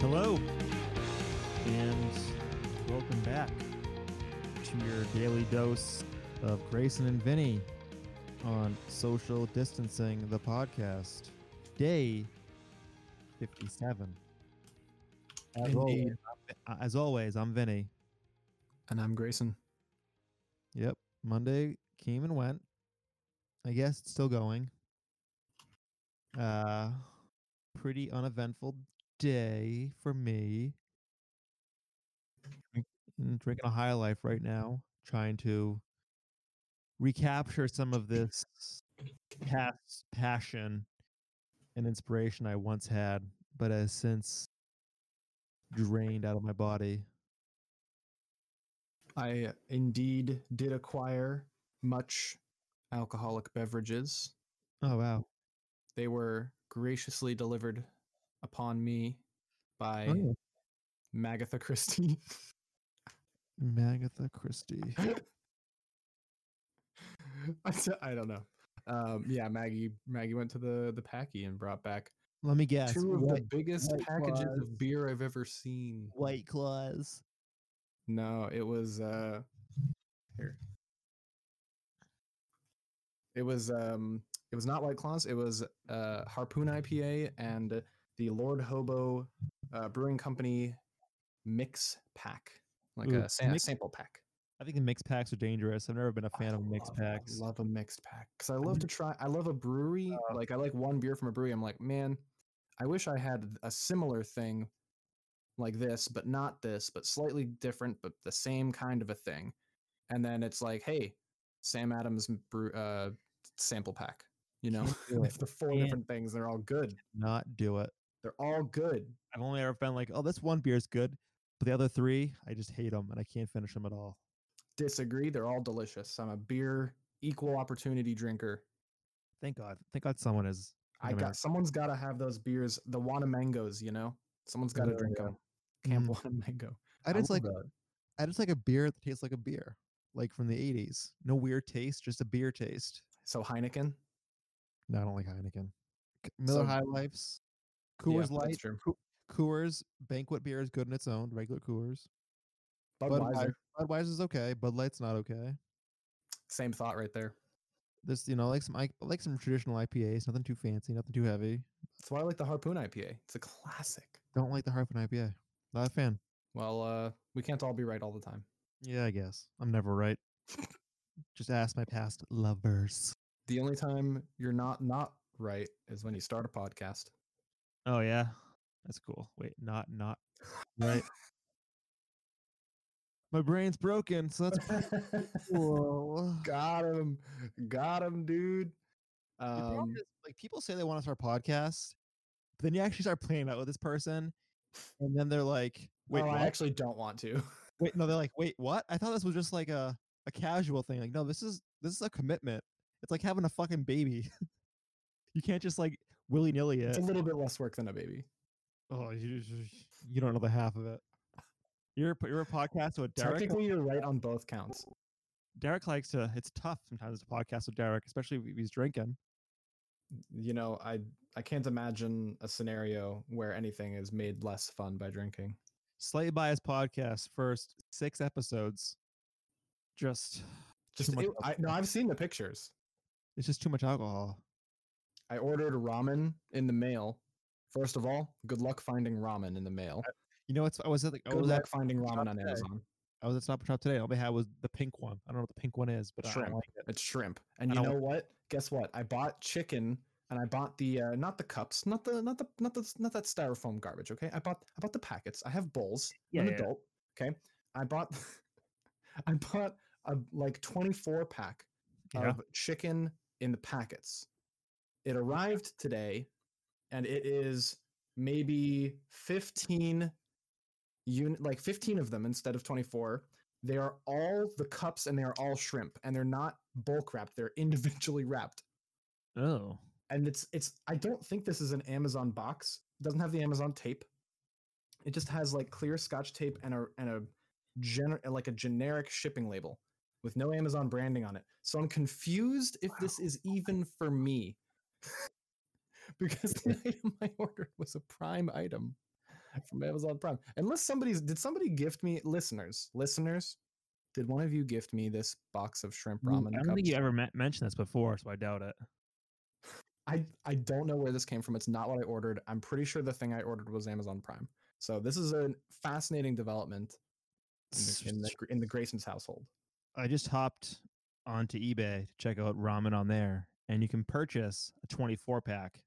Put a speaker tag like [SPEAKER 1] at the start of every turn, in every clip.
[SPEAKER 1] Hello, and welcome back to your daily dose of Grayson and Vinny on Social Distancing, the podcast, day 57. As,
[SPEAKER 2] Indeed.
[SPEAKER 1] always, I'm- as always, I'm Vinny.
[SPEAKER 2] And I'm Grayson.
[SPEAKER 1] Yep, Monday came and went. I guess it's still going. Uh, pretty uneventful day for me. Mm, Drinking a high life right now, trying to recapture some of this past passion and inspiration I once had, but has since drained out of my body.
[SPEAKER 2] I uh, indeed did acquire much alcoholic beverages.
[SPEAKER 1] Oh wow!
[SPEAKER 2] They were graciously delivered upon me by
[SPEAKER 1] Oh, yeah.
[SPEAKER 2] Magatha Christie.
[SPEAKER 1] Magatha Christie.
[SPEAKER 2] I d- I don't know. Um, yeah, Maggie Maggie went to the the packy and brought back
[SPEAKER 1] Let me guess.
[SPEAKER 2] two of
[SPEAKER 1] what-
[SPEAKER 2] the biggest
[SPEAKER 1] White
[SPEAKER 2] packages
[SPEAKER 1] Claws.
[SPEAKER 2] of beer I've ever seen.
[SPEAKER 1] White Claws.
[SPEAKER 2] No, it was uh here. It was um it was not White Claws, it was uh Harpoon IPA and the Lord Hobo uh, Brewing Company mix pack. Like
[SPEAKER 1] Ooh,
[SPEAKER 2] a sa-
[SPEAKER 1] mix-
[SPEAKER 2] sample pack.
[SPEAKER 1] I think the mixed packs are dangerous. I've never been a fan of mixed
[SPEAKER 2] love,
[SPEAKER 1] packs. Mm-hmm.
[SPEAKER 2] I love a mixed pack cuz I love to try I love a brewery,
[SPEAKER 1] Uh,
[SPEAKER 2] like I like one beer from a brewery. I'm like, "Man, I wish I had a similar thing like this, but not this, but slightly different, but the same kind of a thing. And then it's like, hey, Sam Adams m- brew, uh, sample pack. You know,
[SPEAKER 1] do
[SPEAKER 2] if the four
[SPEAKER 1] And-
[SPEAKER 2] different things, they're all good.
[SPEAKER 1] Not do it.
[SPEAKER 2] They're all good.
[SPEAKER 1] I've only ever been like, oh, this one beer is good, but the other three, I just hate them and I can't finish them at all.
[SPEAKER 2] Disagree. They're all delicious. I'm a beer equal opportunity drinker.
[SPEAKER 1] Thank God. Thank God someone is.
[SPEAKER 2] I
[SPEAKER 1] I'm
[SPEAKER 2] got
[SPEAKER 1] out.
[SPEAKER 2] someone's got to have those beers, the Wana mangoes. You know, someone's got to
[SPEAKER 1] Yeah,
[SPEAKER 2] drink
[SPEAKER 1] yeah.
[SPEAKER 2] them. Camp
[SPEAKER 1] Mm.
[SPEAKER 2] Wana mango.
[SPEAKER 1] I just
[SPEAKER 2] love
[SPEAKER 1] like I just like a beer that tastes like a beer, like from the '80s. No weird taste, just a beer taste.
[SPEAKER 2] so Heineken.
[SPEAKER 1] No, I don't like Heineken. K- Miller
[SPEAKER 2] So-
[SPEAKER 1] High Life's,
[SPEAKER 2] Yeah,
[SPEAKER 1] Coors
[SPEAKER 2] that's
[SPEAKER 1] Light,
[SPEAKER 2] true.
[SPEAKER 1] Coo- Coors Banquet beer is good in its own. Regular Coors,
[SPEAKER 2] Budweiser.
[SPEAKER 1] Budweiser. Budweiser's okay. Bud Light's not okay.
[SPEAKER 2] Same thought right there.
[SPEAKER 1] this you know like some I like some traditional IPAs, nothing too fancy, nothing too heavy.
[SPEAKER 2] That's why I like the Harpoon IPA. It's a classic.
[SPEAKER 1] Don't like the Harpoon IPA. Not a fan.
[SPEAKER 2] Well, uh, we can't all be right all the time.
[SPEAKER 1] Yeah, I guess I'm never right. Just ask my past lovers.
[SPEAKER 2] The only time you're not not right is when you start a podcast.
[SPEAKER 1] Oh yeah, that's cool. Wait, not not right. my brain's broken, so that's pretty cool.
[SPEAKER 2] got him, got him, dude.
[SPEAKER 1] The problem
[SPEAKER 2] Um,
[SPEAKER 1] is, like people say they want to start podcasts, but then you actually start playing out with this person, and then they're like, "Wait,
[SPEAKER 2] oh, I
[SPEAKER 1] what?
[SPEAKER 2] actually don't want to.
[SPEAKER 1] Wait, no, they're like, wait, what? I thought this was just like a, a casual thing. Like, no, this is this is a commitment. It's like having a fucking baby. you can't just like willy nilly
[SPEAKER 2] It's
[SPEAKER 1] it.
[SPEAKER 2] a little bit less work than a baby.
[SPEAKER 1] Oh, you, you don't know the half of it. You're a p- you're a podcast with Derek.
[SPEAKER 2] Technically, you're right on both counts.
[SPEAKER 1] Derek likes to. It's tough sometimes to podcast with Derek, especially if he's drinking.
[SPEAKER 2] You know, I I can't imagine a scenario where anything is made less fun by drinking.
[SPEAKER 1] Slightly biased podcast first six episodes. Just
[SPEAKER 2] Just
[SPEAKER 1] much
[SPEAKER 2] it- I, no, I've seen the pictures.
[SPEAKER 1] it's just too much alcohol.
[SPEAKER 2] I ordered ramen in the mail. First of all, good luck finding ramen in the mail.
[SPEAKER 1] You know, it's I was at the I
[SPEAKER 2] Good
[SPEAKER 1] was at,
[SPEAKER 2] luck finding ramen on
[SPEAKER 1] today.
[SPEAKER 2] Amazon.
[SPEAKER 1] I was at Stop and Shop today. All they had was the pink one. I don't know what the pink one is, but I
[SPEAKER 2] Shrimp.
[SPEAKER 1] don't like it.
[SPEAKER 2] It's shrimp. And
[SPEAKER 1] I
[SPEAKER 2] you
[SPEAKER 1] don't-
[SPEAKER 2] know what? Guess what? I bought chicken and I bought the uh, not the cups, not the not the not the not that styrofoam garbage, okay? I bought I bought the packets. I have bowls. I'm
[SPEAKER 1] Yeah,
[SPEAKER 2] an
[SPEAKER 1] yeah.
[SPEAKER 2] adult, okay? I bought I bought a like 24 pack
[SPEAKER 1] Yeah.
[SPEAKER 2] of chicken in the packets. It arrived today and it is maybe 15 unit like 15 of them instead of 24. They are all the cups and they are all shrimp and they're not bulk wrapped, they're individually wrapped.
[SPEAKER 1] Oh.
[SPEAKER 2] And it's it's I don't think this is an Amazon box. It doesn't have the Amazon tape. It just has like clear scotch tape and a and a gener- like a generic shipping label with no Amazon branding on it. So I'm confused if this is even for me. because the item I ordered was a prime item. from Amazon Prime. Unless somebody's did somebody gift me listeners, listeners, did one of you gift me this box of shrimp
[SPEAKER 1] Mm,
[SPEAKER 2] ramen?
[SPEAKER 1] I don't
[SPEAKER 2] cups?
[SPEAKER 1] think you ever me- mentioned this before, so I doubt it.
[SPEAKER 2] I I don't know where this came from. It's not what I ordered. I'm pretty sure the thing I ordered was Amazon Prime. So this is a fascinating development in the, in the, in the Grayson's household.
[SPEAKER 1] I just hopped onto eBay to check out ramen on there, and you can purchase a 24 pack,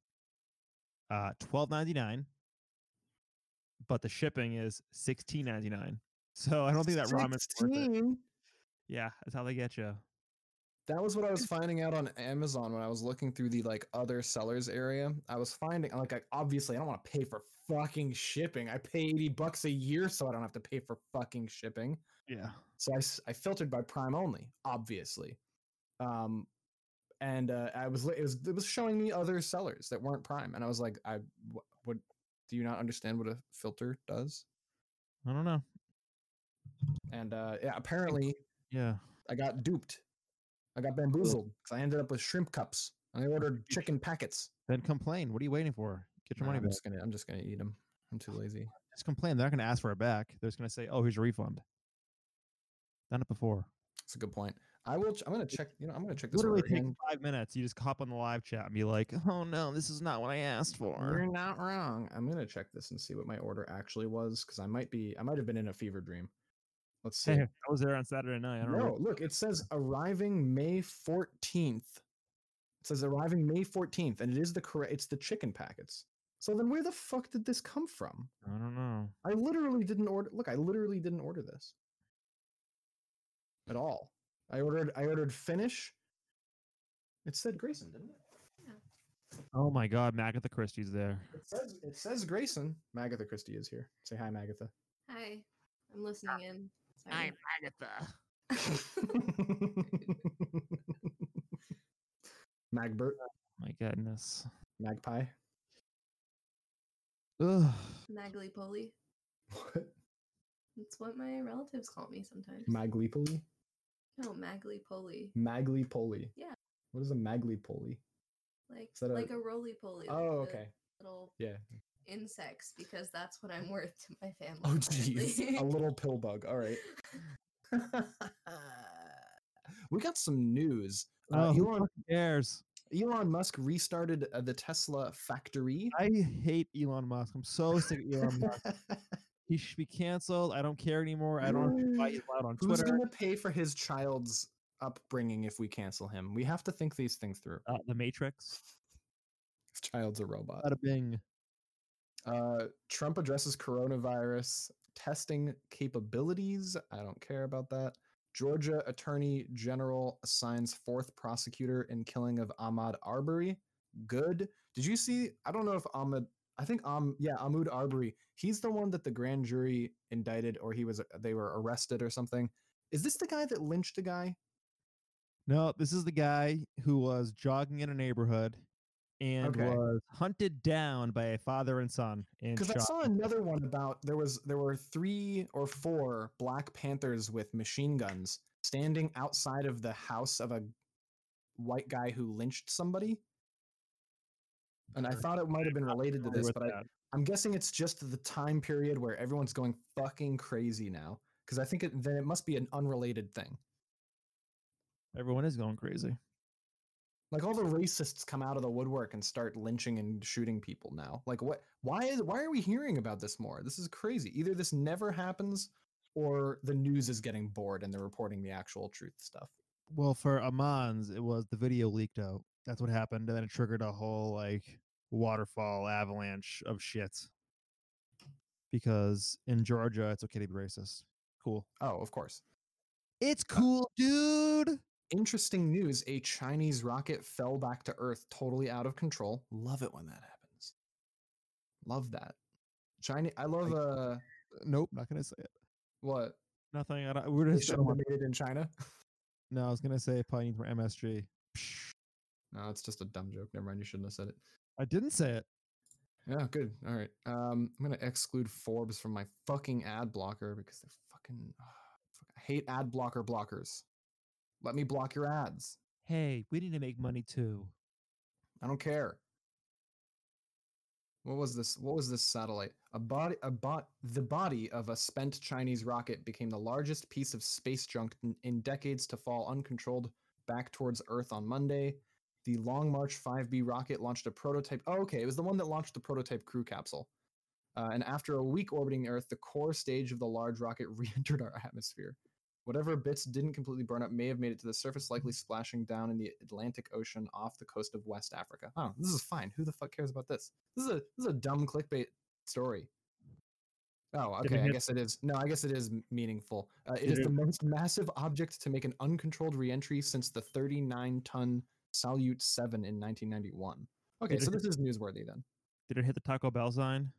[SPEAKER 1] uh, 12.99, but the shipping is 16.99. So I don't think that ramen's worth it.
[SPEAKER 2] 16?
[SPEAKER 1] Yeah, that's how they get you.
[SPEAKER 2] That was what I was finding out on Amazon when I was looking through the like other sellers area. I was finding like I, obviously I don't want to pay for fucking shipping. I pay 80 bucks a year so I don't have to pay for fucking shipping.
[SPEAKER 1] Yeah.
[SPEAKER 2] So I, s- I filtered by Prime only, obviously. Um, and uh, I was li- it was it was showing me other sellers that weren't Prime, and I was like, I what, what do you not understand what a filter does?
[SPEAKER 1] I don't know.
[SPEAKER 2] And uh, yeah, apparently
[SPEAKER 1] Yeah.
[SPEAKER 2] I got duped. I got bamboozled because I ended up with shrimp cups, and I ordered chicken packets.
[SPEAKER 1] Then complain. What are you waiting for? Get your
[SPEAKER 2] Nah,
[SPEAKER 1] money
[SPEAKER 2] I'm
[SPEAKER 1] back.
[SPEAKER 2] just gonna I'm just gonna eat them. I'm too lazy.
[SPEAKER 1] Just complain. They're not going to ask for it back. They're just going to say, "Oh, here's your refund." Done it before.
[SPEAKER 2] That's a good point. I will. Ch- I'm gonna check. You know, I'm gonna check this
[SPEAKER 1] Literally
[SPEAKER 2] order
[SPEAKER 1] takes
[SPEAKER 2] again.
[SPEAKER 1] five minutes. You just hop on the live chat and be like, "Oh no, this is not what I asked for."
[SPEAKER 2] You're not wrong. I'm gonna check this and see what my order actually was because I might be I might have been in a fever dream. Let's see.
[SPEAKER 1] Hey, I was there on Saturday night. I don't know.
[SPEAKER 2] no, look, it says arriving May 14th. It says arriving May 14th, and it is the correct. It's the chicken packets. So then, where the fuck did this come from?
[SPEAKER 1] I don't know.
[SPEAKER 2] I literally didn't order. Look, I literally didn't order this at all. I ordered. I ordered Finnish. It said Grayson, didn't it?
[SPEAKER 1] Oh my God, Magatha Christie's there.
[SPEAKER 2] It says it says Grayson. Magatha Christie is here. Say hi, Magatha.
[SPEAKER 3] Hi, I'm listening in. Sorry.
[SPEAKER 1] Magatha.
[SPEAKER 2] Magbert,
[SPEAKER 1] My goodness.
[SPEAKER 2] Magpie.
[SPEAKER 1] Ugh.
[SPEAKER 3] Magly Poly.
[SPEAKER 2] What?
[SPEAKER 3] That's what my relatives call me sometimes.
[SPEAKER 2] Maglipoli?
[SPEAKER 3] no, Magly Poly.
[SPEAKER 2] Maglipoli.
[SPEAKER 3] Yeah.
[SPEAKER 2] What is a Maglipoli?
[SPEAKER 3] Like
[SPEAKER 2] Is that a-
[SPEAKER 3] like a roly poly. like
[SPEAKER 2] Oh,
[SPEAKER 3] the
[SPEAKER 2] okay.
[SPEAKER 3] Little
[SPEAKER 2] Yeah.
[SPEAKER 3] insects, because that's what I'm worth to my family.
[SPEAKER 2] Oh, jeez. a
[SPEAKER 3] apparently.
[SPEAKER 2] little pill bug. All right. we got some news. Uh,
[SPEAKER 1] Oh, who
[SPEAKER 2] Elon,
[SPEAKER 1] fucking cares?
[SPEAKER 2] Elon Musk restarted uh, the Tesla factory.
[SPEAKER 1] I hate Elon Musk. I'm so sick of Elon Musk. He should be canceled. I don't care anymore. I don't invite him out on
[SPEAKER 2] Who's
[SPEAKER 1] Twitter.
[SPEAKER 2] going to pay for his child's upbringing if we cancel him? We have to think these things through.
[SPEAKER 1] Uh, the Matrix.
[SPEAKER 2] His child's a robot.
[SPEAKER 1] Bada bing.
[SPEAKER 2] Uh, Trump addresses coronavirus testing capabilities. I don't care about that. Georgia Attorney General assigns fourth prosecutor in killing of Ahmad Arbery. Good. Did you see? I don't know if Ahmad. I think um yeah Ahmad Arbery. He's the one that the grand jury indicted, or he was they were arrested or something. Is this the guy that lynched a guy?
[SPEAKER 1] No, this is the guy who was jogging in a neighborhood and
[SPEAKER 2] Okay.
[SPEAKER 1] was hunted down by a father and son and
[SPEAKER 2] Because I
[SPEAKER 1] shot.
[SPEAKER 2] saw another one about there was there were three or four Black Panthers with machine guns standing outside of the house of a white guy who lynched somebody. And I
[SPEAKER 1] Sure.
[SPEAKER 2] thought it might have been related to
[SPEAKER 1] Familiar
[SPEAKER 2] this,
[SPEAKER 1] with
[SPEAKER 2] but I,
[SPEAKER 1] that.
[SPEAKER 2] I'm guessing it's just the time period where everyone's going fucking crazy now. Because I think it, then it must be an unrelated thing.
[SPEAKER 1] everyone is going crazy.
[SPEAKER 2] Like all the racists come out of the woodwork and start lynching and shooting people now. Like what why is why are we hearing about this more? This is crazy. Either this never happens or the news is getting bored and they're reporting the actual truth stuff.
[SPEAKER 1] Well, for Amans, it was the video leaked out. That's what happened, and then it triggered a whole like waterfall avalanche of shit. Because in Georgia, it's okay to be racist. Cool. Uh
[SPEAKER 2] Oh, of course.
[SPEAKER 1] It's cool, dude.
[SPEAKER 2] Interesting news. A Chinese rocket fell back to Earth totally out of control. Love it when that happens. Love that. China I love
[SPEAKER 1] Like-
[SPEAKER 2] uh
[SPEAKER 1] Nope, not gonna say it.
[SPEAKER 2] what
[SPEAKER 1] Nothing. I don't, we're
[SPEAKER 2] they
[SPEAKER 1] just
[SPEAKER 2] should
[SPEAKER 1] gonna-
[SPEAKER 2] have made it in China.
[SPEAKER 1] no. I was gonna say probably need more MSG. Psh,
[SPEAKER 2] No, it's just a dumb joke. Never mind, you shouldn't have said it.
[SPEAKER 1] I didn't say it.
[SPEAKER 2] Yeah, good. All right. Um, I'm gonna exclude Forbes from my fucking ad blocker because they're fucking. fuck, I hate ad blocker blockers. Let me block your ads.
[SPEAKER 1] Hey, we need to make money too.
[SPEAKER 2] I don't care. what was this what was this satellite a body a bot the body of a spent chinese rocket became the largest piece of space junk in, in decades to fall uncontrolled back towards earth on monday the long march 5b rocket launched a prototype oh, okay it was the one that launched the prototype crew capsule uh, and after a week orbiting earth the core stage of the large rocket re-entered our atmosphere whatever bits didn't completely burn up may have made it to the surface likely splashing down in the atlantic ocean off the coast of west africa oh this is fine who the fuck cares about this this is a this is a dumb clickbait story. Oh,
[SPEAKER 1] Did we
[SPEAKER 2] okay. I
[SPEAKER 1] miss-
[SPEAKER 2] guess it is. No, I guess it is m- meaningful. Uh, it
[SPEAKER 1] Did
[SPEAKER 2] is
[SPEAKER 1] it-
[SPEAKER 2] the most massive object to make an uncontrolled reentry since the 39-ton Salyut 7 in 1991. Okay,
[SPEAKER 1] Did
[SPEAKER 2] so
[SPEAKER 1] it-
[SPEAKER 2] this is newsworthy then.
[SPEAKER 1] Did it hit the Taco Bell sign?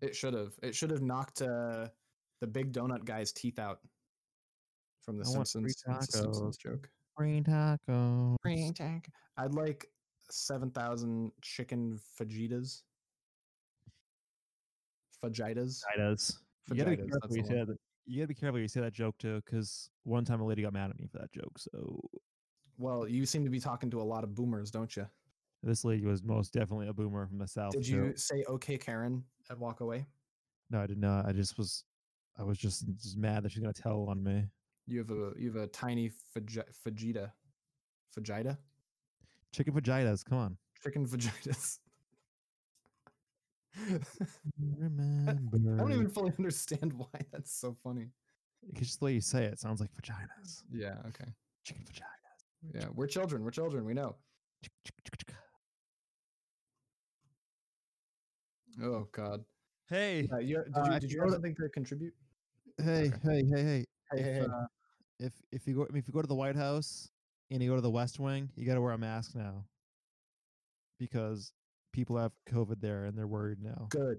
[SPEAKER 2] It should have. It should have knocked uh, the big donut guy's teeth out from the
[SPEAKER 1] I want free
[SPEAKER 2] Simpsons. That's a Simpsons joke.
[SPEAKER 1] Green tacos.
[SPEAKER 2] I'd like 7,000 chicken fajitas. Fajitas.
[SPEAKER 1] Fajitas. You gotta, be
[SPEAKER 2] Fajitas,
[SPEAKER 1] careful
[SPEAKER 2] that's
[SPEAKER 1] when you,
[SPEAKER 2] the
[SPEAKER 1] say
[SPEAKER 2] one.
[SPEAKER 1] that. you gotta be careful when you say that joke too, because one time a lady got mad at me for that joke. So
[SPEAKER 2] Well, you seem to be talking to a lot of boomers, don't you?
[SPEAKER 1] this lady was most definitely a boomer from the south.
[SPEAKER 2] Did
[SPEAKER 1] too.
[SPEAKER 2] you say okay, Karen, and walk away?
[SPEAKER 1] No, I did not. I just was, I was just, just mad that she's gonna tell on me.
[SPEAKER 2] You have a you have a tiny faj- fajita, fajita,
[SPEAKER 1] Chicken vaginas. Come on.
[SPEAKER 2] chicken vagitas. I
[SPEAKER 1] Remember.
[SPEAKER 2] don't even fully understand why that's so funny.
[SPEAKER 1] It's just the way you say it. Sounds like vaginas.
[SPEAKER 2] Yeah. Okay.
[SPEAKER 1] Chicken vagina.
[SPEAKER 2] Yeah. We're children. We're children. We know.
[SPEAKER 1] Chick, chick, chick, chick.
[SPEAKER 2] Oh God.
[SPEAKER 1] Hey,
[SPEAKER 2] Uh, you, did
[SPEAKER 1] Uh,
[SPEAKER 2] you,
[SPEAKER 1] I
[SPEAKER 2] did you
[SPEAKER 1] showed-
[SPEAKER 2] have something to contribute?
[SPEAKER 1] hey, hey, hey, hey.
[SPEAKER 2] Hey, hey, hey.
[SPEAKER 1] uh, if if you go if you go to the White House and you go to the West Wing, you got to wear a mask now because people have COVID there and they're worried now.
[SPEAKER 2] Good.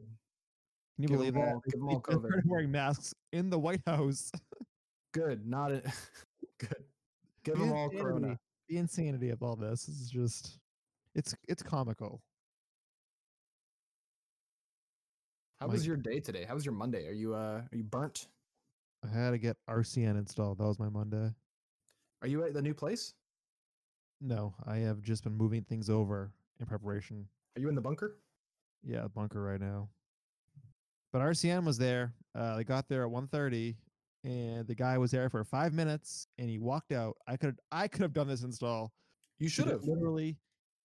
[SPEAKER 1] Can you
[SPEAKER 2] give 'em
[SPEAKER 1] believe that?
[SPEAKER 2] all- give 'em all
[SPEAKER 1] People
[SPEAKER 2] COVID.
[SPEAKER 1] started wearing masks in the White House.
[SPEAKER 2] Good. Not a, good. Give
[SPEAKER 1] The
[SPEAKER 2] them all
[SPEAKER 1] insanity-
[SPEAKER 2] Corona.
[SPEAKER 1] The insanity of all this is just it's it's comical.
[SPEAKER 2] How
[SPEAKER 1] My-
[SPEAKER 2] was your day today? How was your Monday? Are you uh are you burnt?
[SPEAKER 1] I had to get RCN installed. That was my Monday.
[SPEAKER 2] Are you at the new place?
[SPEAKER 1] No, I have just been moving things over in preparation
[SPEAKER 2] Are you in the bunker?
[SPEAKER 1] yeah bunker right now but rcn was there uh, they got there at 1.30 and the guy was there for five minutes and he walked out i could i could have done this install
[SPEAKER 2] You should
[SPEAKER 1] Should've
[SPEAKER 2] have.
[SPEAKER 1] literally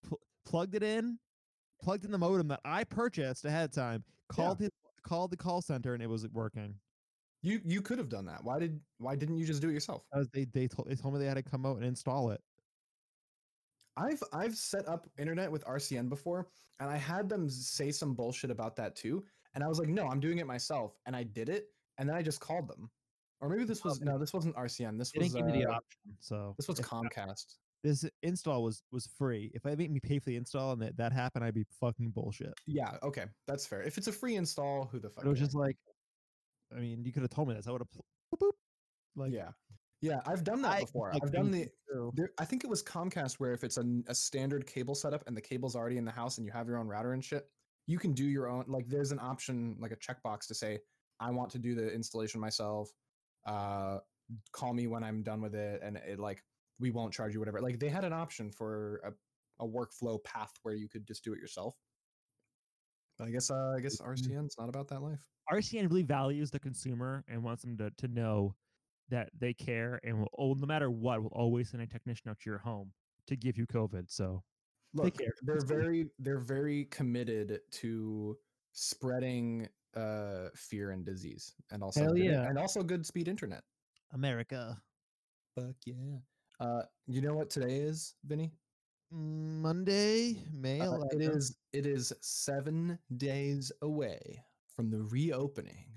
[SPEAKER 1] pl- plugged it in plugged in the modem that i purchased ahead of time called his called the call center and it was working
[SPEAKER 2] You you could have done that. Why did why didn't you just do it yourself?
[SPEAKER 1] As they they told, they told me they had to come out and install it
[SPEAKER 2] I've I've set up internet with RCN before, and I had them say some bullshit about that too. And I was like, no, I'm doing it myself, and I did it, and then I just called them. Or maybe this was no, this wasn't RCN. This
[SPEAKER 1] they
[SPEAKER 2] was
[SPEAKER 1] didn't give me the
[SPEAKER 2] uh,
[SPEAKER 1] option so
[SPEAKER 2] this was
[SPEAKER 1] if-
[SPEAKER 2] Comcast.
[SPEAKER 1] this install was was free if they made me pay for the install and that, that happened i'd be fucking bullshit
[SPEAKER 2] Yeah, okay, that's fair. If it's a free install, who the fuck?
[SPEAKER 1] But it was
[SPEAKER 2] cares?
[SPEAKER 1] just like, I mean, you could have told me this. I would have, boop, boop. like,
[SPEAKER 2] yeah, yeah. I've done that
[SPEAKER 1] I-
[SPEAKER 2] before.
[SPEAKER 1] like,
[SPEAKER 2] I've done
[SPEAKER 1] me
[SPEAKER 2] the There, I think it was Comcast where if it's a, n- a standard cable setup and the cable's already in the house and you have your own router and shit, you can do your own. Like, there's an option, like a checkbox to say, I want to do the installation myself. Uh, call me when I'm done with it, and it like we won't charge you whatever. Like, they had an option for a, a workflow path where you could just do it yourself. But I guess uh, I guess RCN's not about that life.
[SPEAKER 1] RCN really values the consumer and wants them to, to know that they care and will, oh, no matter what, will always send a technician out to your home to give you COVID. So
[SPEAKER 2] look
[SPEAKER 1] care.
[SPEAKER 2] they're
[SPEAKER 1] It's cool.
[SPEAKER 2] very they're very committed to spreading uh fear and disease and also
[SPEAKER 1] Hell
[SPEAKER 2] good-
[SPEAKER 1] yeah.
[SPEAKER 2] and also good speed internet
[SPEAKER 1] America,
[SPEAKER 2] fuck yeah uh you know what today is vinny
[SPEAKER 1] Monday, May
[SPEAKER 2] Uh, it
[SPEAKER 1] 11th.
[SPEAKER 2] is it is seven days away from the reopening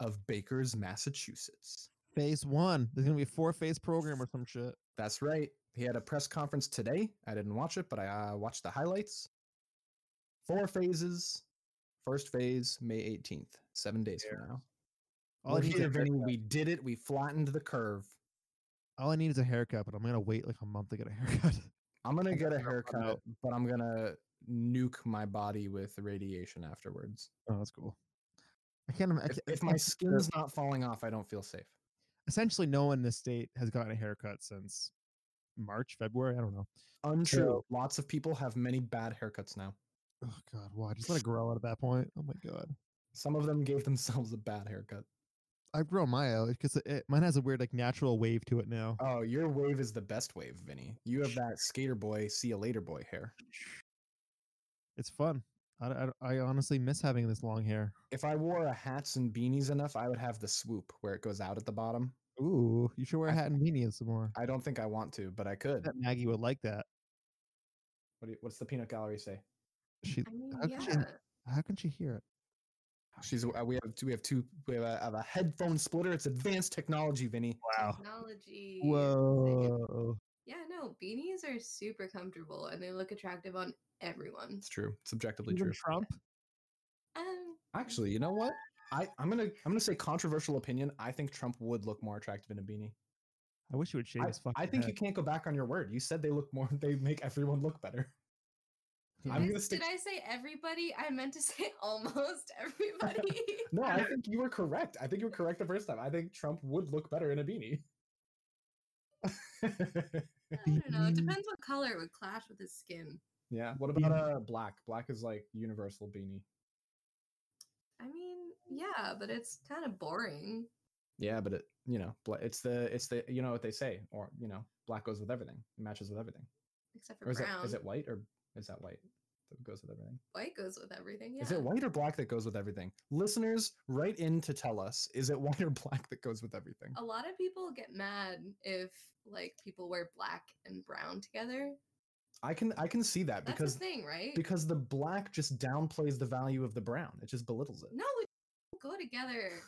[SPEAKER 2] of baker's massachusetts
[SPEAKER 1] phase one. There's gonna be a four phase program or some shit.
[SPEAKER 2] that's right he had a press conference today i didn't watch it but i uh, watched the highlights four phases first phase may 18th seven days from now
[SPEAKER 1] All I,
[SPEAKER 2] We're
[SPEAKER 1] need is
[SPEAKER 2] here,
[SPEAKER 1] a
[SPEAKER 2] Vinny.
[SPEAKER 1] haircut.
[SPEAKER 2] We did it. We flattened the curve.
[SPEAKER 1] All I need is a haircut, but I'm gonna wait like a month to get a haircut.
[SPEAKER 2] I'm gonna
[SPEAKER 1] I'm
[SPEAKER 2] get a
[SPEAKER 1] gonna run out.
[SPEAKER 2] haircut, but I'm gonna nuke my body with radiation afterwards.
[SPEAKER 1] oh, that's cool. I can't. im- I
[SPEAKER 2] If,
[SPEAKER 1] can't- I
[SPEAKER 2] if
[SPEAKER 1] can't
[SPEAKER 2] my
[SPEAKER 1] picture-
[SPEAKER 2] skin's not falling off, I don't feel safe.
[SPEAKER 1] essentially no one in this state has gotten a haircut since March, February. I don't know.
[SPEAKER 2] Untrue.
[SPEAKER 1] So-
[SPEAKER 2] Lots of people have many bad haircuts now.
[SPEAKER 1] Oh God, why? Just let it grow out at that point. Oh my God,
[SPEAKER 2] Some of them gave themselves a bad haircut.
[SPEAKER 1] I've grown my out because it, mine has a weird like natural wave to it now.
[SPEAKER 2] Oh, your wave is the best wave, Vinny. You have that skater boy, see you later boy hair.
[SPEAKER 1] It's fun. I, I, I honestly miss having this long hair.
[SPEAKER 2] If I wore a hats and beanies enough, I would have the swoop where it goes out at the bottom.
[SPEAKER 1] Ooh, you should wear a
[SPEAKER 2] I-
[SPEAKER 1] hat and beanie some more.
[SPEAKER 2] I don't think I want to, but I could.
[SPEAKER 1] bet Maggie would like that.
[SPEAKER 2] What do you, what's the peanut gallery say?
[SPEAKER 1] She
[SPEAKER 3] I mean,
[SPEAKER 1] How could you-
[SPEAKER 3] yeah.
[SPEAKER 1] how can she hear it?
[SPEAKER 2] She's uh, we have two, we have two we have a, have a headphone splitter. It's advanced technology, Vinny.
[SPEAKER 3] Technology. is like a-
[SPEAKER 1] Whoa.
[SPEAKER 3] Yeah, no, beanies are super comfortable and they look attractive on everyone.
[SPEAKER 2] It's true. It's objectively
[SPEAKER 1] Even
[SPEAKER 2] true.
[SPEAKER 1] Trump?
[SPEAKER 3] Um,
[SPEAKER 2] Actually, you know what? I I'm gonna I'm gonna say controversial opinion. I think Trump would look more attractive in a beanie.
[SPEAKER 1] I wish he would shave
[SPEAKER 2] I,
[SPEAKER 1] his fucking
[SPEAKER 2] I think
[SPEAKER 1] head.
[SPEAKER 2] you can't go back on your word. You said they look more. They make everyone look better.
[SPEAKER 3] did,
[SPEAKER 2] I'm
[SPEAKER 3] I,
[SPEAKER 2] gonna stick-
[SPEAKER 3] did I say everybody? I meant to say almost everybody.
[SPEAKER 2] No, I think you were correct. I think you were correct the first time. I think Trump would look better in a beanie.
[SPEAKER 3] I don't know. It
[SPEAKER 1] Beanie.
[SPEAKER 3] depends what color would clash with his skin.
[SPEAKER 2] yeah. What about
[SPEAKER 1] Beanie.
[SPEAKER 2] uh black? Black is like universal beanie.
[SPEAKER 3] I mean, yeah, but it's kind of boring.
[SPEAKER 2] Yeah, but it you know bla- it's the it's the you know what they say or you know black goes with everything it matches with everything
[SPEAKER 3] Except
[SPEAKER 2] or
[SPEAKER 3] for
[SPEAKER 2] is it
[SPEAKER 3] brown.
[SPEAKER 2] is it white or is that white that goes with everything.
[SPEAKER 3] white goes with everything. Yeah.
[SPEAKER 2] Is it white or black that goes with everything? Listeners, write in to tell us: is it white or black that goes with everything?
[SPEAKER 3] a lot of people get mad if like people wear black and brown together.
[SPEAKER 2] I can I can see that
[SPEAKER 3] That's
[SPEAKER 2] because
[SPEAKER 3] the thing, right?
[SPEAKER 2] because the black just downplays the value of the brown. It just belittles it.
[SPEAKER 3] no, it doesn't go together.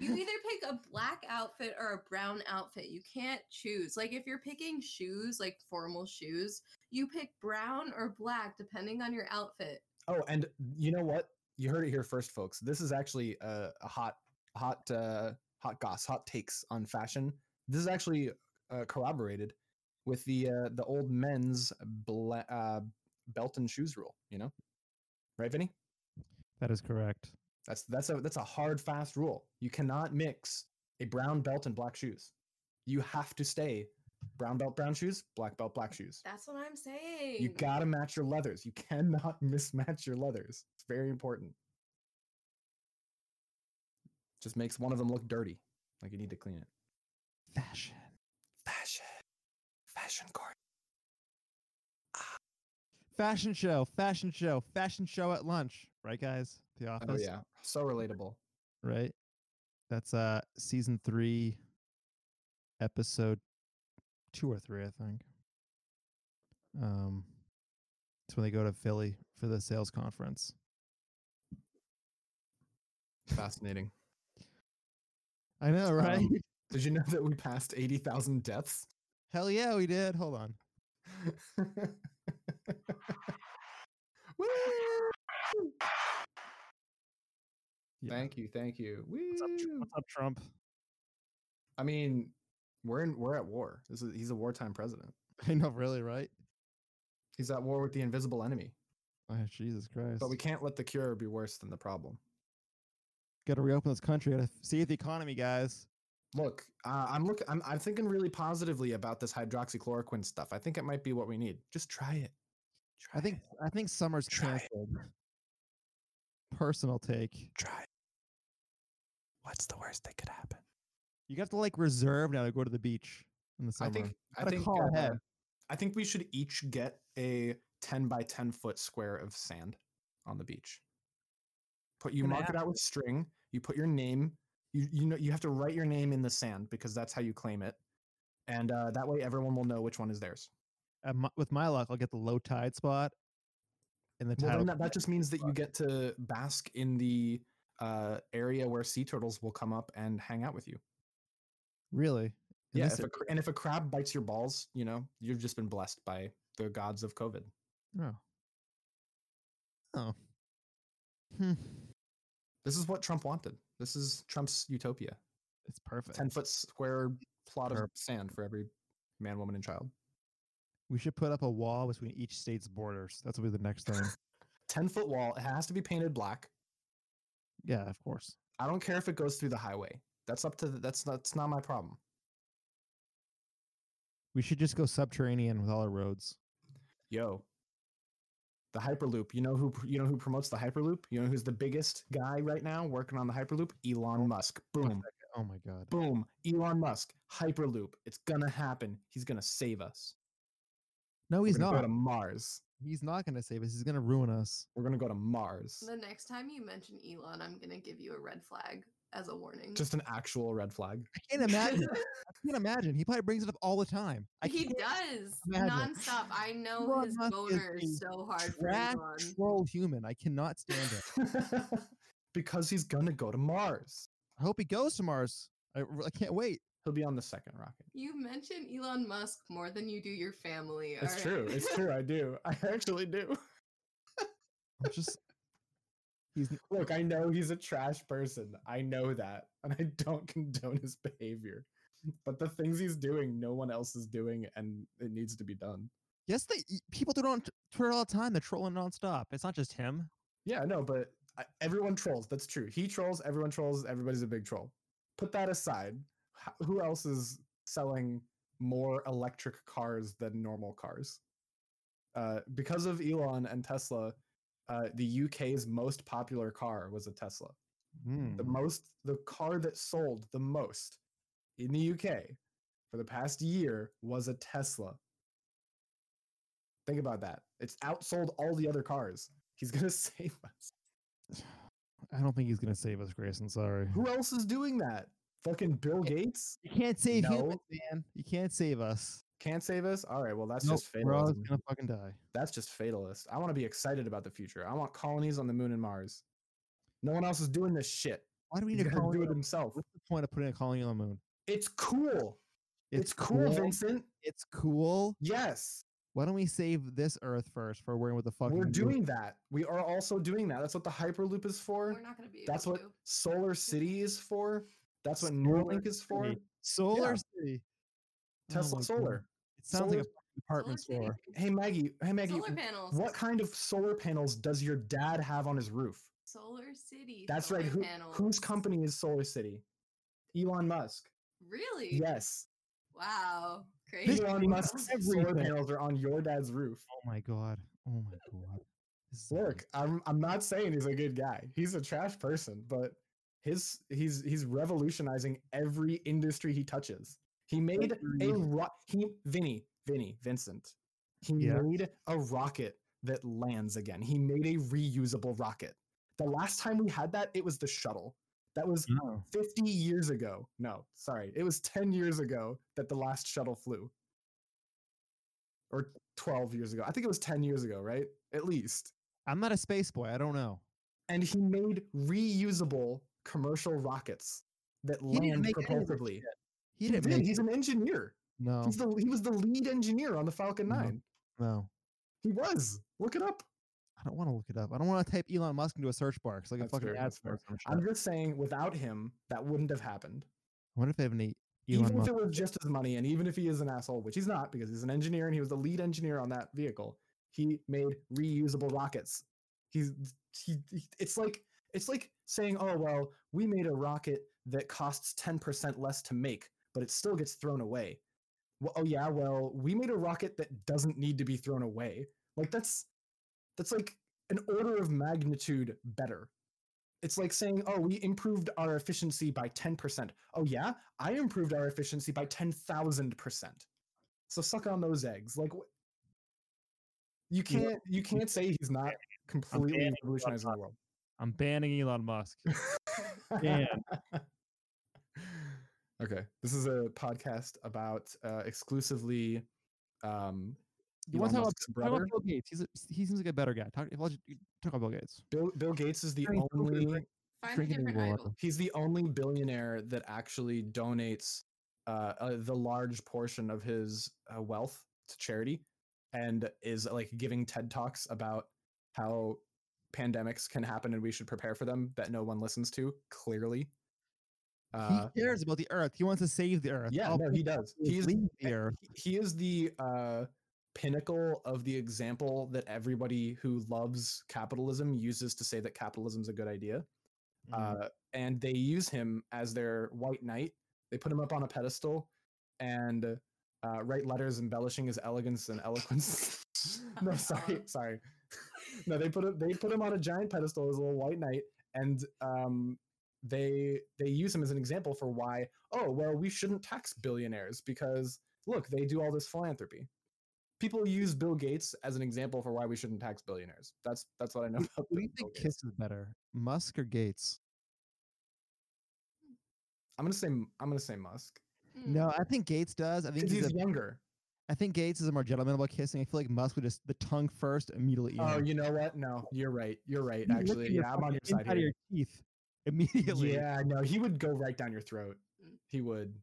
[SPEAKER 3] You either pick a black outfit or a brown outfit. You can't choose. Like if you're picking shoes, like formal shoes, you pick brown or black depending on your outfit.
[SPEAKER 2] Oh, and you know what? You heard it here first, folks. This is actually a, a hot, hot, uh, hot goss, hot takes on fashion. This is actually uh, corroborated with the uh, the old men's bla- uh, belt and shoes rule. You know, right, Vinny?
[SPEAKER 1] That is correct.
[SPEAKER 2] That's that's a that's a hard fast rule. You cannot mix a brown belt and black shoes. You have to stay brown belt, brown shoes, black belt, black shoes.
[SPEAKER 3] That's what I'm saying.
[SPEAKER 2] You gotta match your leathers. You cannot mismatch your leathers. It's very important. Just makes one of them look dirty. Like you need to clean it.
[SPEAKER 1] Fashion.
[SPEAKER 2] Fashion. Fashion court.
[SPEAKER 1] Fashion show. Fashion show. Fashion show at lunch. Right, guys? The office.
[SPEAKER 2] Oh yeah. So relatable.
[SPEAKER 1] Right? That's uh season three, episode two or three, I think. Um it's when they go to Philly for the sales conference.
[SPEAKER 2] Fascinating.
[SPEAKER 1] I know, right?
[SPEAKER 2] Um, Did you know that we passed 80,000 deaths?
[SPEAKER 1] Hell yeah, we did. Hold on.
[SPEAKER 2] Woo!
[SPEAKER 1] Yeah.
[SPEAKER 2] Thank you, thank you.
[SPEAKER 1] What's up, Tr-
[SPEAKER 2] Woo!
[SPEAKER 1] what's up, Trump?
[SPEAKER 2] I mean, we're in we're at war. This is he's a wartime president.
[SPEAKER 1] I know, really, right?
[SPEAKER 2] He's at war with the invisible enemy.
[SPEAKER 1] Oh, Jesus Christ.
[SPEAKER 2] But we can't let the cure be worse than the problem.
[SPEAKER 1] got to reopen this country. Got to save the economy, guys.
[SPEAKER 2] Look, uh, I'm look I'm I'm thinking really positively about this hydroxychloroquine stuff. I think it might be what we need. Just try it. Try
[SPEAKER 1] I think
[SPEAKER 2] it.
[SPEAKER 1] I think summer's
[SPEAKER 2] Try it.
[SPEAKER 1] canceled. Personal take.
[SPEAKER 2] try. it. What's the worst that could happen?
[SPEAKER 1] You got to like reserve now to go to the beach in the summer.
[SPEAKER 2] I think I
[SPEAKER 1] Gotta
[SPEAKER 2] think
[SPEAKER 1] call
[SPEAKER 2] uh,
[SPEAKER 1] ahead.
[SPEAKER 2] I think we should each get a ten by ten foot square of sand on the beach. Put you
[SPEAKER 1] Gonna
[SPEAKER 2] mark it out with string. You put your name. You you know you have to write your name in the sand because that's how you claim it, and uh, that way everyone will know which one is theirs.
[SPEAKER 1] At my, with my luck, I'll get the low tide spot. And the
[SPEAKER 2] Well,
[SPEAKER 1] title.
[SPEAKER 2] then that, that just means that you get to bask in the uh, area where sea turtles will come up and hang out with you.
[SPEAKER 1] really?
[SPEAKER 2] Yeah,
[SPEAKER 1] Yes.
[SPEAKER 2] if a, cra- and if a crab bites your balls, you know you've just been blessed by the gods of COVID.
[SPEAKER 1] oh. Oh. Hmm.
[SPEAKER 2] This is what Trump wanted. This is Trump's utopia.
[SPEAKER 1] It's perfect.
[SPEAKER 2] 10 foot square plot of
[SPEAKER 1] Herb.
[SPEAKER 2] sand for every man, woman, and child.
[SPEAKER 1] We should put up a wall between each state's borders. That's will be the next thing.
[SPEAKER 2] 10 foot wall. It has to be painted black.
[SPEAKER 1] yeah, of course.
[SPEAKER 2] I don't care if it goes through the highway. That's up to the, that's not, that's not my problem.
[SPEAKER 1] We should just go subterranean with all our roads.
[SPEAKER 2] Yo, the Hyperloop. You know who pr- you know who promotes the Hyperloop? You know who's the biggest guy right now working on the Hyperloop? Elon Musk. Boom.
[SPEAKER 1] Oh my god.
[SPEAKER 2] Boom. Elon Musk. Hyperloop. It's gonna happen. He's gonna save us.
[SPEAKER 1] No,
[SPEAKER 2] We're
[SPEAKER 1] he's
[SPEAKER 2] gonna
[SPEAKER 1] not.
[SPEAKER 2] go to Mars.
[SPEAKER 1] He's not going to save us. He's going to ruin us.
[SPEAKER 2] We're gonna go to Mars.
[SPEAKER 3] The next time you mention Elon, I'm gonna give you a red flag as a warning.
[SPEAKER 2] Just an actual red flag.
[SPEAKER 1] I can't imagine. I can't imagine. He probably brings it up all the time. I
[SPEAKER 3] he
[SPEAKER 1] can't
[SPEAKER 3] does
[SPEAKER 1] imagine.
[SPEAKER 3] nonstop. I know
[SPEAKER 1] Elon
[SPEAKER 3] his
[SPEAKER 1] Musk is
[SPEAKER 3] boner is
[SPEAKER 1] a
[SPEAKER 3] so hard for
[SPEAKER 1] trash
[SPEAKER 3] Elon.
[SPEAKER 1] troll human. I cannot stand it.
[SPEAKER 2] because he's gonna go to Mars.
[SPEAKER 1] I hope he goes to Mars. I, r- I can't wait.
[SPEAKER 2] He'll be on the second rocket.
[SPEAKER 3] You mention Elon Musk more than you do your family.
[SPEAKER 2] It's true.
[SPEAKER 3] alright?
[SPEAKER 2] It's true. I do. I actually do.
[SPEAKER 1] I'm just. He's n-
[SPEAKER 2] Look, I know he's a trash person. I know that. And I don't condone his behavior. But the things he's doing, no one else is doing, and it needs to be done.
[SPEAKER 1] yes, they y- people do it on t- Twitter all the time. They're trolling nonstop. It's not just him.
[SPEAKER 2] Yeah, no, but I- everyone trolls. That's true. He trolls, everyone trolls, everybody's a big troll. Put that aside. h- Who else is selling more electric cars than normal cars? Uh, because of Elon and Tesla, uh, the UK's most popular car was a Tesla. the
[SPEAKER 1] Mm.
[SPEAKER 2] most the car that sold the most in the UK for the past year was a Tesla. Think about that. It's outsold all the other cars. He's going to save us.
[SPEAKER 1] I don't think he's going to save us, Grayson. Sorry.
[SPEAKER 2] Who else is doing that? Fucking Bill Gates
[SPEAKER 1] You can't save humans,
[SPEAKER 2] No.
[SPEAKER 1] man. You can't save us.
[SPEAKER 2] can't save us. All right, well that's
[SPEAKER 1] Nope,
[SPEAKER 2] just
[SPEAKER 1] we're all
[SPEAKER 2] fatalism.
[SPEAKER 1] going to fucking die.
[SPEAKER 2] That's just fatalist. I want to be excited about the future. I want colonies on the moon and Mars. No one else is doing this shit.
[SPEAKER 1] Why do we
[SPEAKER 2] He's
[SPEAKER 1] need a
[SPEAKER 2] going to
[SPEAKER 1] colony?
[SPEAKER 2] do
[SPEAKER 1] on
[SPEAKER 2] it
[SPEAKER 1] the moon?
[SPEAKER 2] himself.
[SPEAKER 1] What's the point of putting a colony on the moon?
[SPEAKER 2] It's cool. It's, cool, Vincent.
[SPEAKER 1] It's cool.
[SPEAKER 2] Yes.
[SPEAKER 1] Why don't we save this Earth first for wearing with the fucking?
[SPEAKER 2] We're
[SPEAKER 1] moon?
[SPEAKER 2] doing that. We are also doing that. That's what the Hyperloop is for.
[SPEAKER 3] We're not gonna be.
[SPEAKER 2] That's
[SPEAKER 3] able
[SPEAKER 2] what
[SPEAKER 3] to.
[SPEAKER 2] Solar City is for. That's what
[SPEAKER 1] Solar
[SPEAKER 2] Neuralink is for.
[SPEAKER 1] City. Solar
[SPEAKER 2] Yeah.
[SPEAKER 1] City. Oh
[SPEAKER 2] Tesla
[SPEAKER 1] my
[SPEAKER 2] Solar.
[SPEAKER 1] God. It sounds like a
[SPEAKER 2] Solar-
[SPEAKER 1] fucking department
[SPEAKER 3] Solar
[SPEAKER 1] store.
[SPEAKER 3] panels.
[SPEAKER 2] Hey Maggie. Hey Maggie.
[SPEAKER 3] Solar
[SPEAKER 2] w-
[SPEAKER 3] panels.
[SPEAKER 2] What kind of solar panels does your dad have on his roof?
[SPEAKER 3] Solar City.
[SPEAKER 2] That's right.
[SPEAKER 3] solar
[SPEAKER 2] Who,
[SPEAKER 3] panels.
[SPEAKER 2] whose company is Solar City? Elon Musk.
[SPEAKER 3] Really?
[SPEAKER 2] Yes.
[SPEAKER 3] Wow. Crazy.
[SPEAKER 2] Elon
[SPEAKER 1] changes
[SPEAKER 2] Musk's solar
[SPEAKER 1] everything.
[SPEAKER 2] panels are on your dad's roof.
[SPEAKER 1] Oh my god. Oh my god. This is
[SPEAKER 2] Look, I'm I'm not saying he's a good guy. He's a trash person, but his he's he's revolutionizing every industry he touches. He made a
[SPEAKER 1] Agreed.
[SPEAKER 2] ro- he Vinny, Vinny, Vincent. He
[SPEAKER 1] Yeah.
[SPEAKER 2] made a rocket that lands again. He made a reusable rocket. The last time we had that, it was the shuttle. That was
[SPEAKER 1] amazing. Oh,
[SPEAKER 2] 50 years ago. No, sorry. It was 10 years ago that the last shuttle flew. Or 12 years ago. I think it was 10 years ago, right? At least.
[SPEAKER 1] I'm not a space boy. I don't know.
[SPEAKER 2] And he made reusable commercial rockets that
[SPEAKER 1] He didn't
[SPEAKER 2] land
[SPEAKER 1] make any of this
[SPEAKER 2] propulsively.
[SPEAKER 1] shit. He didn't
[SPEAKER 2] did.
[SPEAKER 1] make
[SPEAKER 2] He's an engineer.
[SPEAKER 1] no,
[SPEAKER 2] He's the, he was the lead engineer on the Falcon
[SPEAKER 1] No.
[SPEAKER 2] 9.
[SPEAKER 1] no.
[SPEAKER 2] He was. Look it up.
[SPEAKER 1] I don't want to look it up. I don't want to type Elon Musk into a search bar because I can
[SPEAKER 2] That's
[SPEAKER 1] fucking
[SPEAKER 2] fair,
[SPEAKER 1] ad
[SPEAKER 2] that's
[SPEAKER 1] for
[SPEAKER 2] fair.
[SPEAKER 1] it. or some shit.
[SPEAKER 2] I'm just saying, without him, that wouldn't have happened.
[SPEAKER 1] I wonder if they have any Elon
[SPEAKER 2] even
[SPEAKER 1] Musk.
[SPEAKER 2] if it was just his money, and even if he is an asshole, which he's not because he's an engineer and he was the lead engineer on that vehicle, he made reusable rockets. He's he, he- it's like it's like saying, oh well, we made a rocket that costs ten percent less to make, but it still gets thrown away. Well, oh yeah, well we made a rocket that doesn't need to be thrown away. Like that's that's like an order of magnitude better. It's like saying, oh, we improved our efficiency by 10%. Oh, yeah? I improved our efficiency by 10,000%. So suck on those eggs. Like, wh- you
[SPEAKER 1] Yeah.
[SPEAKER 2] can't, you can't say he's not completely
[SPEAKER 1] banning
[SPEAKER 2] revolutionizing the world.
[SPEAKER 1] I'm banning Elon Musk. Damn.
[SPEAKER 2] okay. This is a podcast about uh, exclusively um,
[SPEAKER 1] You want to talk about,
[SPEAKER 2] Elon Musk's
[SPEAKER 1] talk about
[SPEAKER 2] brother.
[SPEAKER 1] Bill Gates? He's a, he seems like a better guy. Talk, if I'll just- talk about Bill Gates.
[SPEAKER 2] Bill, Bill Gates is the
[SPEAKER 1] Very
[SPEAKER 2] only.
[SPEAKER 1] appropriate.
[SPEAKER 3] Find a
[SPEAKER 1] drinking
[SPEAKER 3] different
[SPEAKER 1] water.
[SPEAKER 3] idol.
[SPEAKER 2] he's the only billionaire that actually donates uh, uh, the large portion of his uh, wealth to charity and is like giving ted talks about how pandemics can happen and we should prepare for them that no one listens to clearly uh,
[SPEAKER 1] he cares about the Earth. He wants to save the Earth.
[SPEAKER 2] yeah
[SPEAKER 1] All
[SPEAKER 2] no,
[SPEAKER 1] people
[SPEAKER 2] he does
[SPEAKER 1] do is
[SPEAKER 2] he's
[SPEAKER 1] leave the
[SPEAKER 2] and
[SPEAKER 1] Earth.
[SPEAKER 2] he- He is the uh, pinnacle of the example that everybody who loves capitalism uses to say that capitalism's a good idea.
[SPEAKER 1] Mm.
[SPEAKER 2] Uh, and they use him as their white knight. They put him up on a pedestal and uh, write letters embellishing his elegance and eloquence. no, sorry, sorry. no, they put him. They put him on a giant pedestal as a little white knight, and um, they they use him as an example for why. Oh well, we shouldn't tax billionaires because look, they do all this philanthropy. People use Bill Gates as an example for why we shouldn't tax billionaires. That's that's what I know about.
[SPEAKER 1] Who do you
[SPEAKER 2] Bill
[SPEAKER 1] think
[SPEAKER 2] Gates.
[SPEAKER 1] kisses better, Musk or Gates?
[SPEAKER 2] I'm gonna say I'm gonna say Musk
[SPEAKER 3] Hmm.
[SPEAKER 1] No, I think Gates does. I think
[SPEAKER 2] because
[SPEAKER 1] he's.
[SPEAKER 2] he's,
[SPEAKER 1] a,
[SPEAKER 2] younger.
[SPEAKER 1] I think Gates is a more gentleman about kissing. I feel like Musk would just the tongue first, immediately. eat
[SPEAKER 2] Oh,
[SPEAKER 1] him.
[SPEAKER 2] you know what? No, you're right. You're right.
[SPEAKER 1] He'd lick
[SPEAKER 2] Actually,
[SPEAKER 1] your
[SPEAKER 2] yeah, I'm
[SPEAKER 1] fucking
[SPEAKER 2] on your side
[SPEAKER 1] inside of
[SPEAKER 2] here.
[SPEAKER 1] your teeth immediately.
[SPEAKER 2] Yeah, no, he would go right down your throat. He would.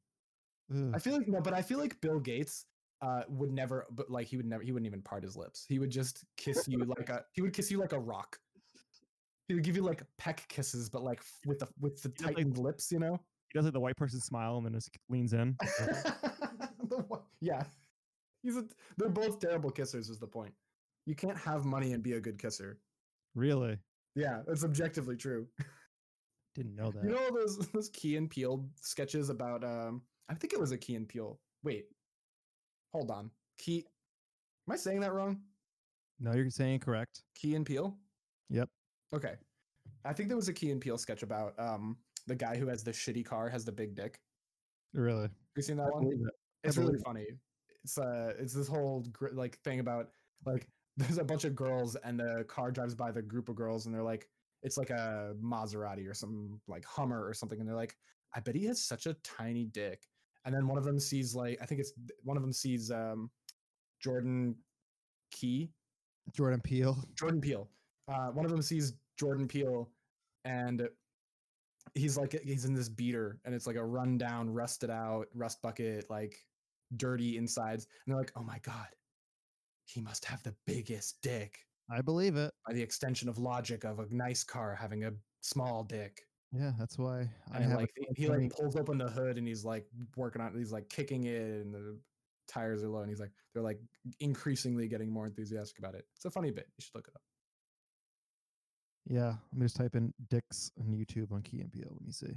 [SPEAKER 2] I
[SPEAKER 1] Ugh.
[SPEAKER 2] feel like no, but I feel like Bill Gates uh, would never, but like he would never, he wouldn't even part his lips. He would just kiss you like a, he would kiss you like a rock. He would give you like peck kisses, but like f- with the with the
[SPEAKER 1] does, like-
[SPEAKER 2] tightened lips, you know.
[SPEAKER 1] He does like the white person smile and then just leans in.
[SPEAKER 2] The one- yeah, he's a, they're both terrible kissers. Is the point? You can't have money and be a good kisser.
[SPEAKER 1] Really?
[SPEAKER 2] Yeah, that's objectively true.
[SPEAKER 1] Didn't know that.
[SPEAKER 2] You know all those those Key and Peele sketches about um I think it was a Key and Peele. Wait. Hold on. Key Am I saying that wrong?
[SPEAKER 1] no, you're saying it correct.
[SPEAKER 2] Key and Peele?
[SPEAKER 1] Yep.
[SPEAKER 2] Okay. I think there was a Key and Peele sketch about um the guy who has the shitty car has the big dick.
[SPEAKER 1] Really?
[SPEAKER 2] You seen that
[SPEAKER 1] I
[SPEAKER 2] one?
[SPEAKER 1] believe it.
[SPEAKER 2] It's really
[SPEAKER 1] believe it.
[SPEAKER 2] funny. It's uh it's this whole gr- like thing about like there's a bunch of girls and the car drives by the group of girls and they're like it's like a Maserati or some like Hummer or something and they're like I bet he has such a tiny dick. And then one of them sees like I think it's one of them sees um Jordan Key
[SPEAKER 1] Jordan Peele.
[SPEAKER 2] Jordan Peele. Uh, one of them sees Jordan Peele, and he's like he's in this beater, and it's like a rundown, rusted out, rust bucket, like dirty insides, and they're like, "Oh my god, he must have the biggest dick."
[SPEAKER 1] I believe it.
[SPEAKER 2] By the extension of logic of a nice car having a small dick,
[SPEAKER 1] Yeah, that's why I
[SPEAKER 2] and it,
[SPEAKER 1] have.
[SPEAKER 2] like
[SPEAKER 1] a
[SPEAKER 2] he- he
[SPEAKER 1] funny-
[SPEAKER 2] like pulls open the hood and he's like working on, he's like kicking it, and the tires are low, and he's like they're like increasingly getting more enthusiastic about it. It's a funny bit. You should look it up.
[SPEAKER 1] yeah, let me just type in dicks on YouTube on Key and Peele. Let me see.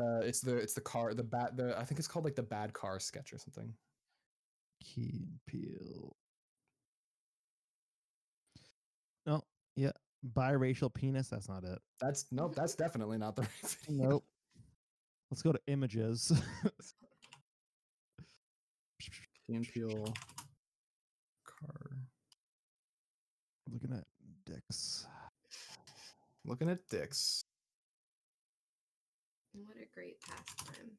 [SPEAKER 2] Uh, it's the it's the car the bad the I think it's called like the bad car sketch or something.
[SPEAKER 1] Key and Peele. No, yeah, biracial penis. That's not it.
[SPEAKER 2] That's nope. That's definitely not the right video.
[SPEAKER 1] Nope. Let's go to images.
[SPEAKER 2] Key and Peele car.
[SPEAKER 1] Looking at dicks.
[SPEAKER 2] Looking at dicks.
[SPEAKER 3] What a great pastime.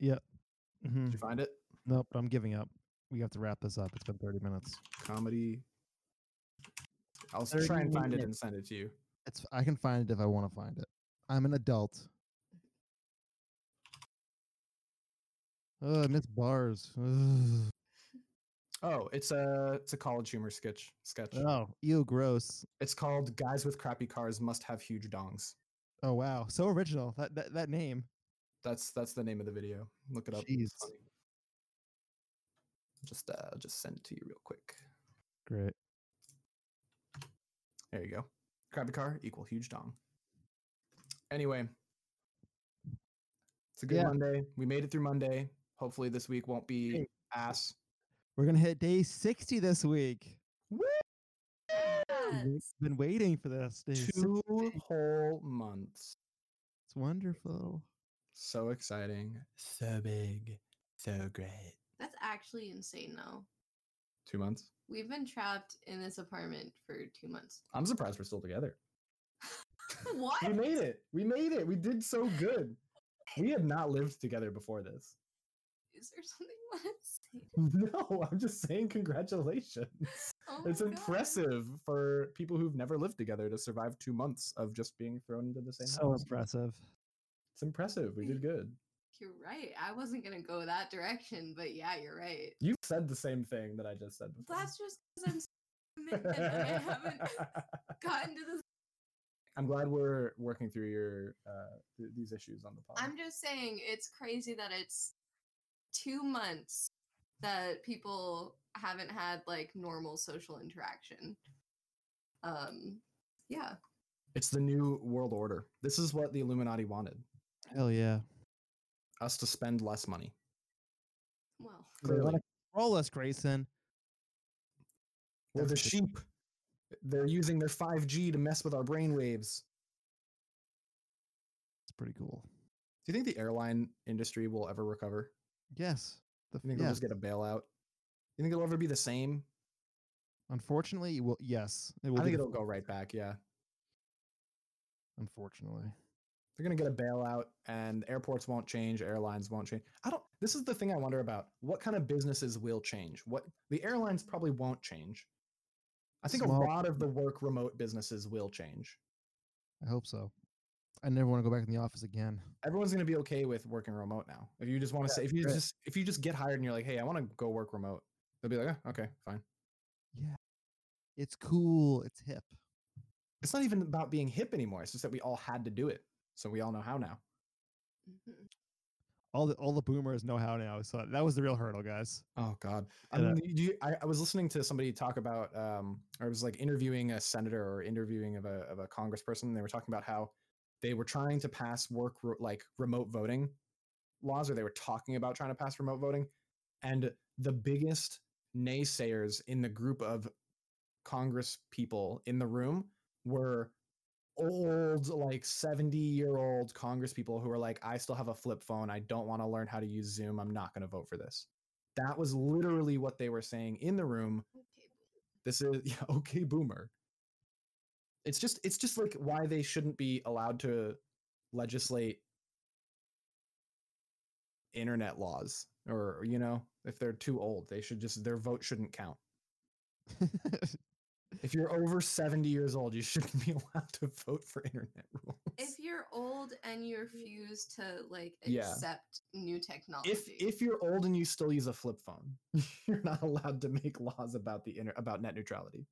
[SPEAKER 1] hmm
[SPEAKER 2] Did
[SPEAKER 1] Hmm.
[SPEAKER 2] you find it?
[SPEAKER 1] Mm-hmm. Nope, I'm giving up. We have to wrap this up. It's been 30 minutes.
[SPEAKER 2] Comedy. I'll s- try and
[SPEAKER 1] 30
[SPEAKER 2] find it
[SPEAKER 1] minutes.
[SPEAKER 2] and send it to you.
[SPEAKER 1] It's I can find it if I want to find it. I'm an adult. Oh, I miss bars. Ugh.
[SPEAKER 2] Oh, it's a it's a college humor sketch sketch.
[SPEAKER 1] Oh, ew, gross.
[SPEAKER 2] It's called "Guys with Crappy Cars Must Have Huge Dongs."
[SPEAKER 1] Oh wow, so original. That that, that name.
[SPEAKER 2] That's that's the name of the video. Look it up.
[SPEAKER 1] Jeez.
[SPEAKER 2] it's funny. Just uh, I'll just send it to you real quick.
[SPEAKER 1] Great.
[SPEAKER 2] There you go. Crappy car equal huge dong. Anyway, it's a good
[SPEAKER 1] Yeah.
[SPEAKER 2] Monday. We made it through Monday. Hopefully, this week won't be
[SPEAKER 1] Hey.
[SPEAKER 2] ass.
[SPEAKER 1] We're gonna hit day 60 this week. We've
[SPEAKER 3] Yes.
[SPEAKER 1] Been waiting for this. Day 60.
[SPEAKER 2] Two whole months.
[SPEAKER 1] It's wonderful.
[SPEAKER 2] So exciting. So big. So great.
[SPEAKER 3] That's actually insane though.
[SPEAKER 2] Two months.
[SPEAKER 3] We've been trapped in this apartment for two months.
[SPEAKER 2] I'm surprised we're still together.
[SPEAKER 3] what?
[SPEAKER 2] We made it. We made it. We did so good. We had not lived together before this.
[SPEAKER 3] Is there something you want to say?
[SPEAKER 2] No, I'm just saying congratulations.
[SPEAKER 3] Oh
[SPEAKER 2] it's
[SPEAKER 3] my God.
[SPEAKER 2] impressive for people who've never lived together to survive two months of just being thrown into the same
[SPEAKER 1] So
[SPEAKER 2] house.
[SPEAKER 1] impressive.
[SPEAKER 2] It's impressive. We did good.
[SPEAKER 3] You're right. I wasn't gonna go that direction, but yeah, you're right.
[SPEAKER 2] You said the same thing that I just said before.
[SPEAKER 3] That's just because I'm so committed and I haven't gotten to this.
[SPEAKER 2] I'm glad we're working through your uh, th- these issues on the pod.
[SPEAKER 3] I'm just saying it's crazy that it's two months that people haven't had like normal social interaction. Um, yeah.
[SPEAKER 2] it's the new world order. This is what the Illuminati wanted
[SPEAKER 1] Hell yeah.
[SPEAKER 2] us to spend less money.
[SPEAKER 3] Well,
[SPEAKER 1] They wanna-
[SPEAKER 2] Clearly.
[SPEAKER 1] We're Troll us, Grayson.
[SPEAKER 2] We're the
[SPEAKER 1] That's the-
[SPEAKER 2] sheep. They're using their 5G to mess with our brainwaves.
[SPEAKER 1] It's pretty cool.
[SPEAKER 2] Do you think the airline industry will ever recover?
[SPEAKER 1] Yes. The,
[SPEAKER 2] You think they'll
[SPEAKER 1] yes.
[SPEAKER 2] just get a bailout? You think it'll ever be the same?
[SPEAKER 1] Unfortunately, it will. Yes, it will.
[SPEAKER 2] I
[SPEAKER 1] be
[SPEAKER 2] think
[SPEAKER 1] the
[SPEAKER 2] it'll
[SPEAKER 1] f-
[SPEAKER 2] go right back. Yeah.
[SPEAKER 1] Unfortunately,
[SPEAKER 2] They're going to get a bailout and airports won't change, airlines won't change. I don't This is the thing I wonder about. What kind of businesses will change? What the airlines probably won't change. I think
[SPEAKER 1] Small-
[SPEAKER 2] a lot of the work remote businesses will change.
[SPEAKER 1] I hope so. I never want to go back in the office again.
[SPEAKER 2] Everyone's going to be okay with working remote now. If you just want to say if you
[SPEAKER 1] right.
[SPEAKER 2] just if you just get hired and you're like, "Hey, I want to go work remote." They'll be like, "Oh, "Okay, fine."
[SPEAKER 1] Yeah, it's cool. It's hip.
[SPEAKER 2] It's not even about being hip anymore. It's just that we all had to do it. So we all know how now.
[SPEAKER 3] Mhm.
[SPEAKER 1] All the all the boomers know how now. So that was the real hurdle, guys.
[SPEAKER 2] Oh God! I
[SPEAKER 1] And, uh,
[SPEAKER 2] mean, you- you, I, I was listening to somebody talk about, um, or I was like interviewing a senator or interviewing of a of a congressperson. And they were talking about how they were trying to pass work re- like remote voting laws, or they were talking about trying to pass remote voting, and the biggest naysayers in the group of Congress people in the room were old like 70 year old congress people who are like i still have a flip phone i don't want to learn how to use zoom i'm not going to vote for this that was literally what they were saying in the room.
[SPEAKER 3] Okay.
[SPEAKER 2] This is yeah, okay, boomer. It's just it's just like why they shouldn't be allowed to legislate internet laws or you know if they're too old they should just their vote shouldn't count if you're over 70 years old you shouldn't be allowed to vote for internet rules
[SPEAKER 3] If you're old and you refuse to like
[SPEAKER 2] Yeah.
[SPEAKER 3] accept new technology,
[SPEAKER 2] if if you're old and you still use a flip phone, you're not allowed to make laws about the inter- about net neutrality.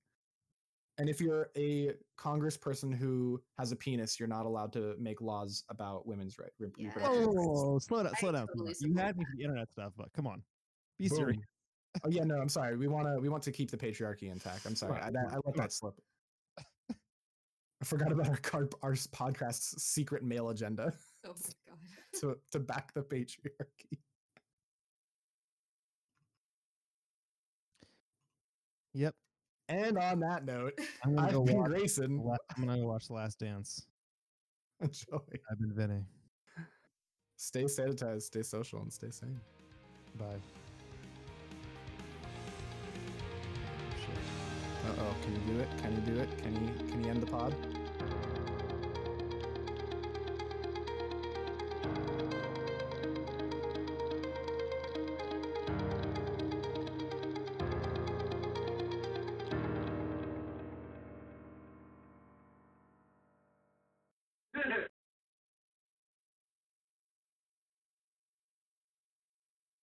[SPEAKER 2] And if you're a congressperson who has a penis, you're not allowed to make laws about women's right, re-
[SPEAKER 3] Yeah.
[SPEAKER 1] Whoa,
[SPEAKER 2] reproductive
[SPEAKER 1] whoa,
[SPEAKER 2] rights.
[SPEAKER 1] whoa, whoa, Oh, slow down,
[SPEAKER 3] I
[SPEAKER 1] slow down. come on.
[SPEAKER 3] totally
[SPEAKER 1] You
[SPEAKER 3] support
[SPEAKER 1] had me for the internet stuff, but come on, be
[SPEAKER 2] Boom.
[SPEAKER 1] serious.
[SPEAKER 2] Oh yeah, no, I'm sorry. We want to we want to keep the patriarchy intact. I'm sorry.
[SPEAKER 1] Right,
[SPEAKER 2] I, that, I let
[SPEAKER 1] come on.
[SPEAKER 2] that slip. I forgot about our car- our s- podcast's secret mail agenda
[SPEAKER 3] oh my god,
[SPEAKER 2] to to back the patriarchy.
[SPEAKER 1] Yep,
[SPEAKER 2] And on that note,
[SPEAKER 1] I'm gonna
[SPEAKER 2] I've
[SPEAKER 1] go
[SPEAKER 2] been
[SPEAKER 1] watch. the
[SPEAKER 2] Grayson.
[SPEAKER 1] la- I'm gonna go watch The Last Dance.
[SPEAKER 2] Enjoy.
[SPEAKER 1] I've been Vinny.
[SPEAKER 2] Stay sanitized, stay social, and stay sane.
[SPEAKER 1] Bye.
[SPEAKER 2] Uh oh, can you do it? Can you do it? Can you can you end the pod?
[SPEAKER 1] Bye.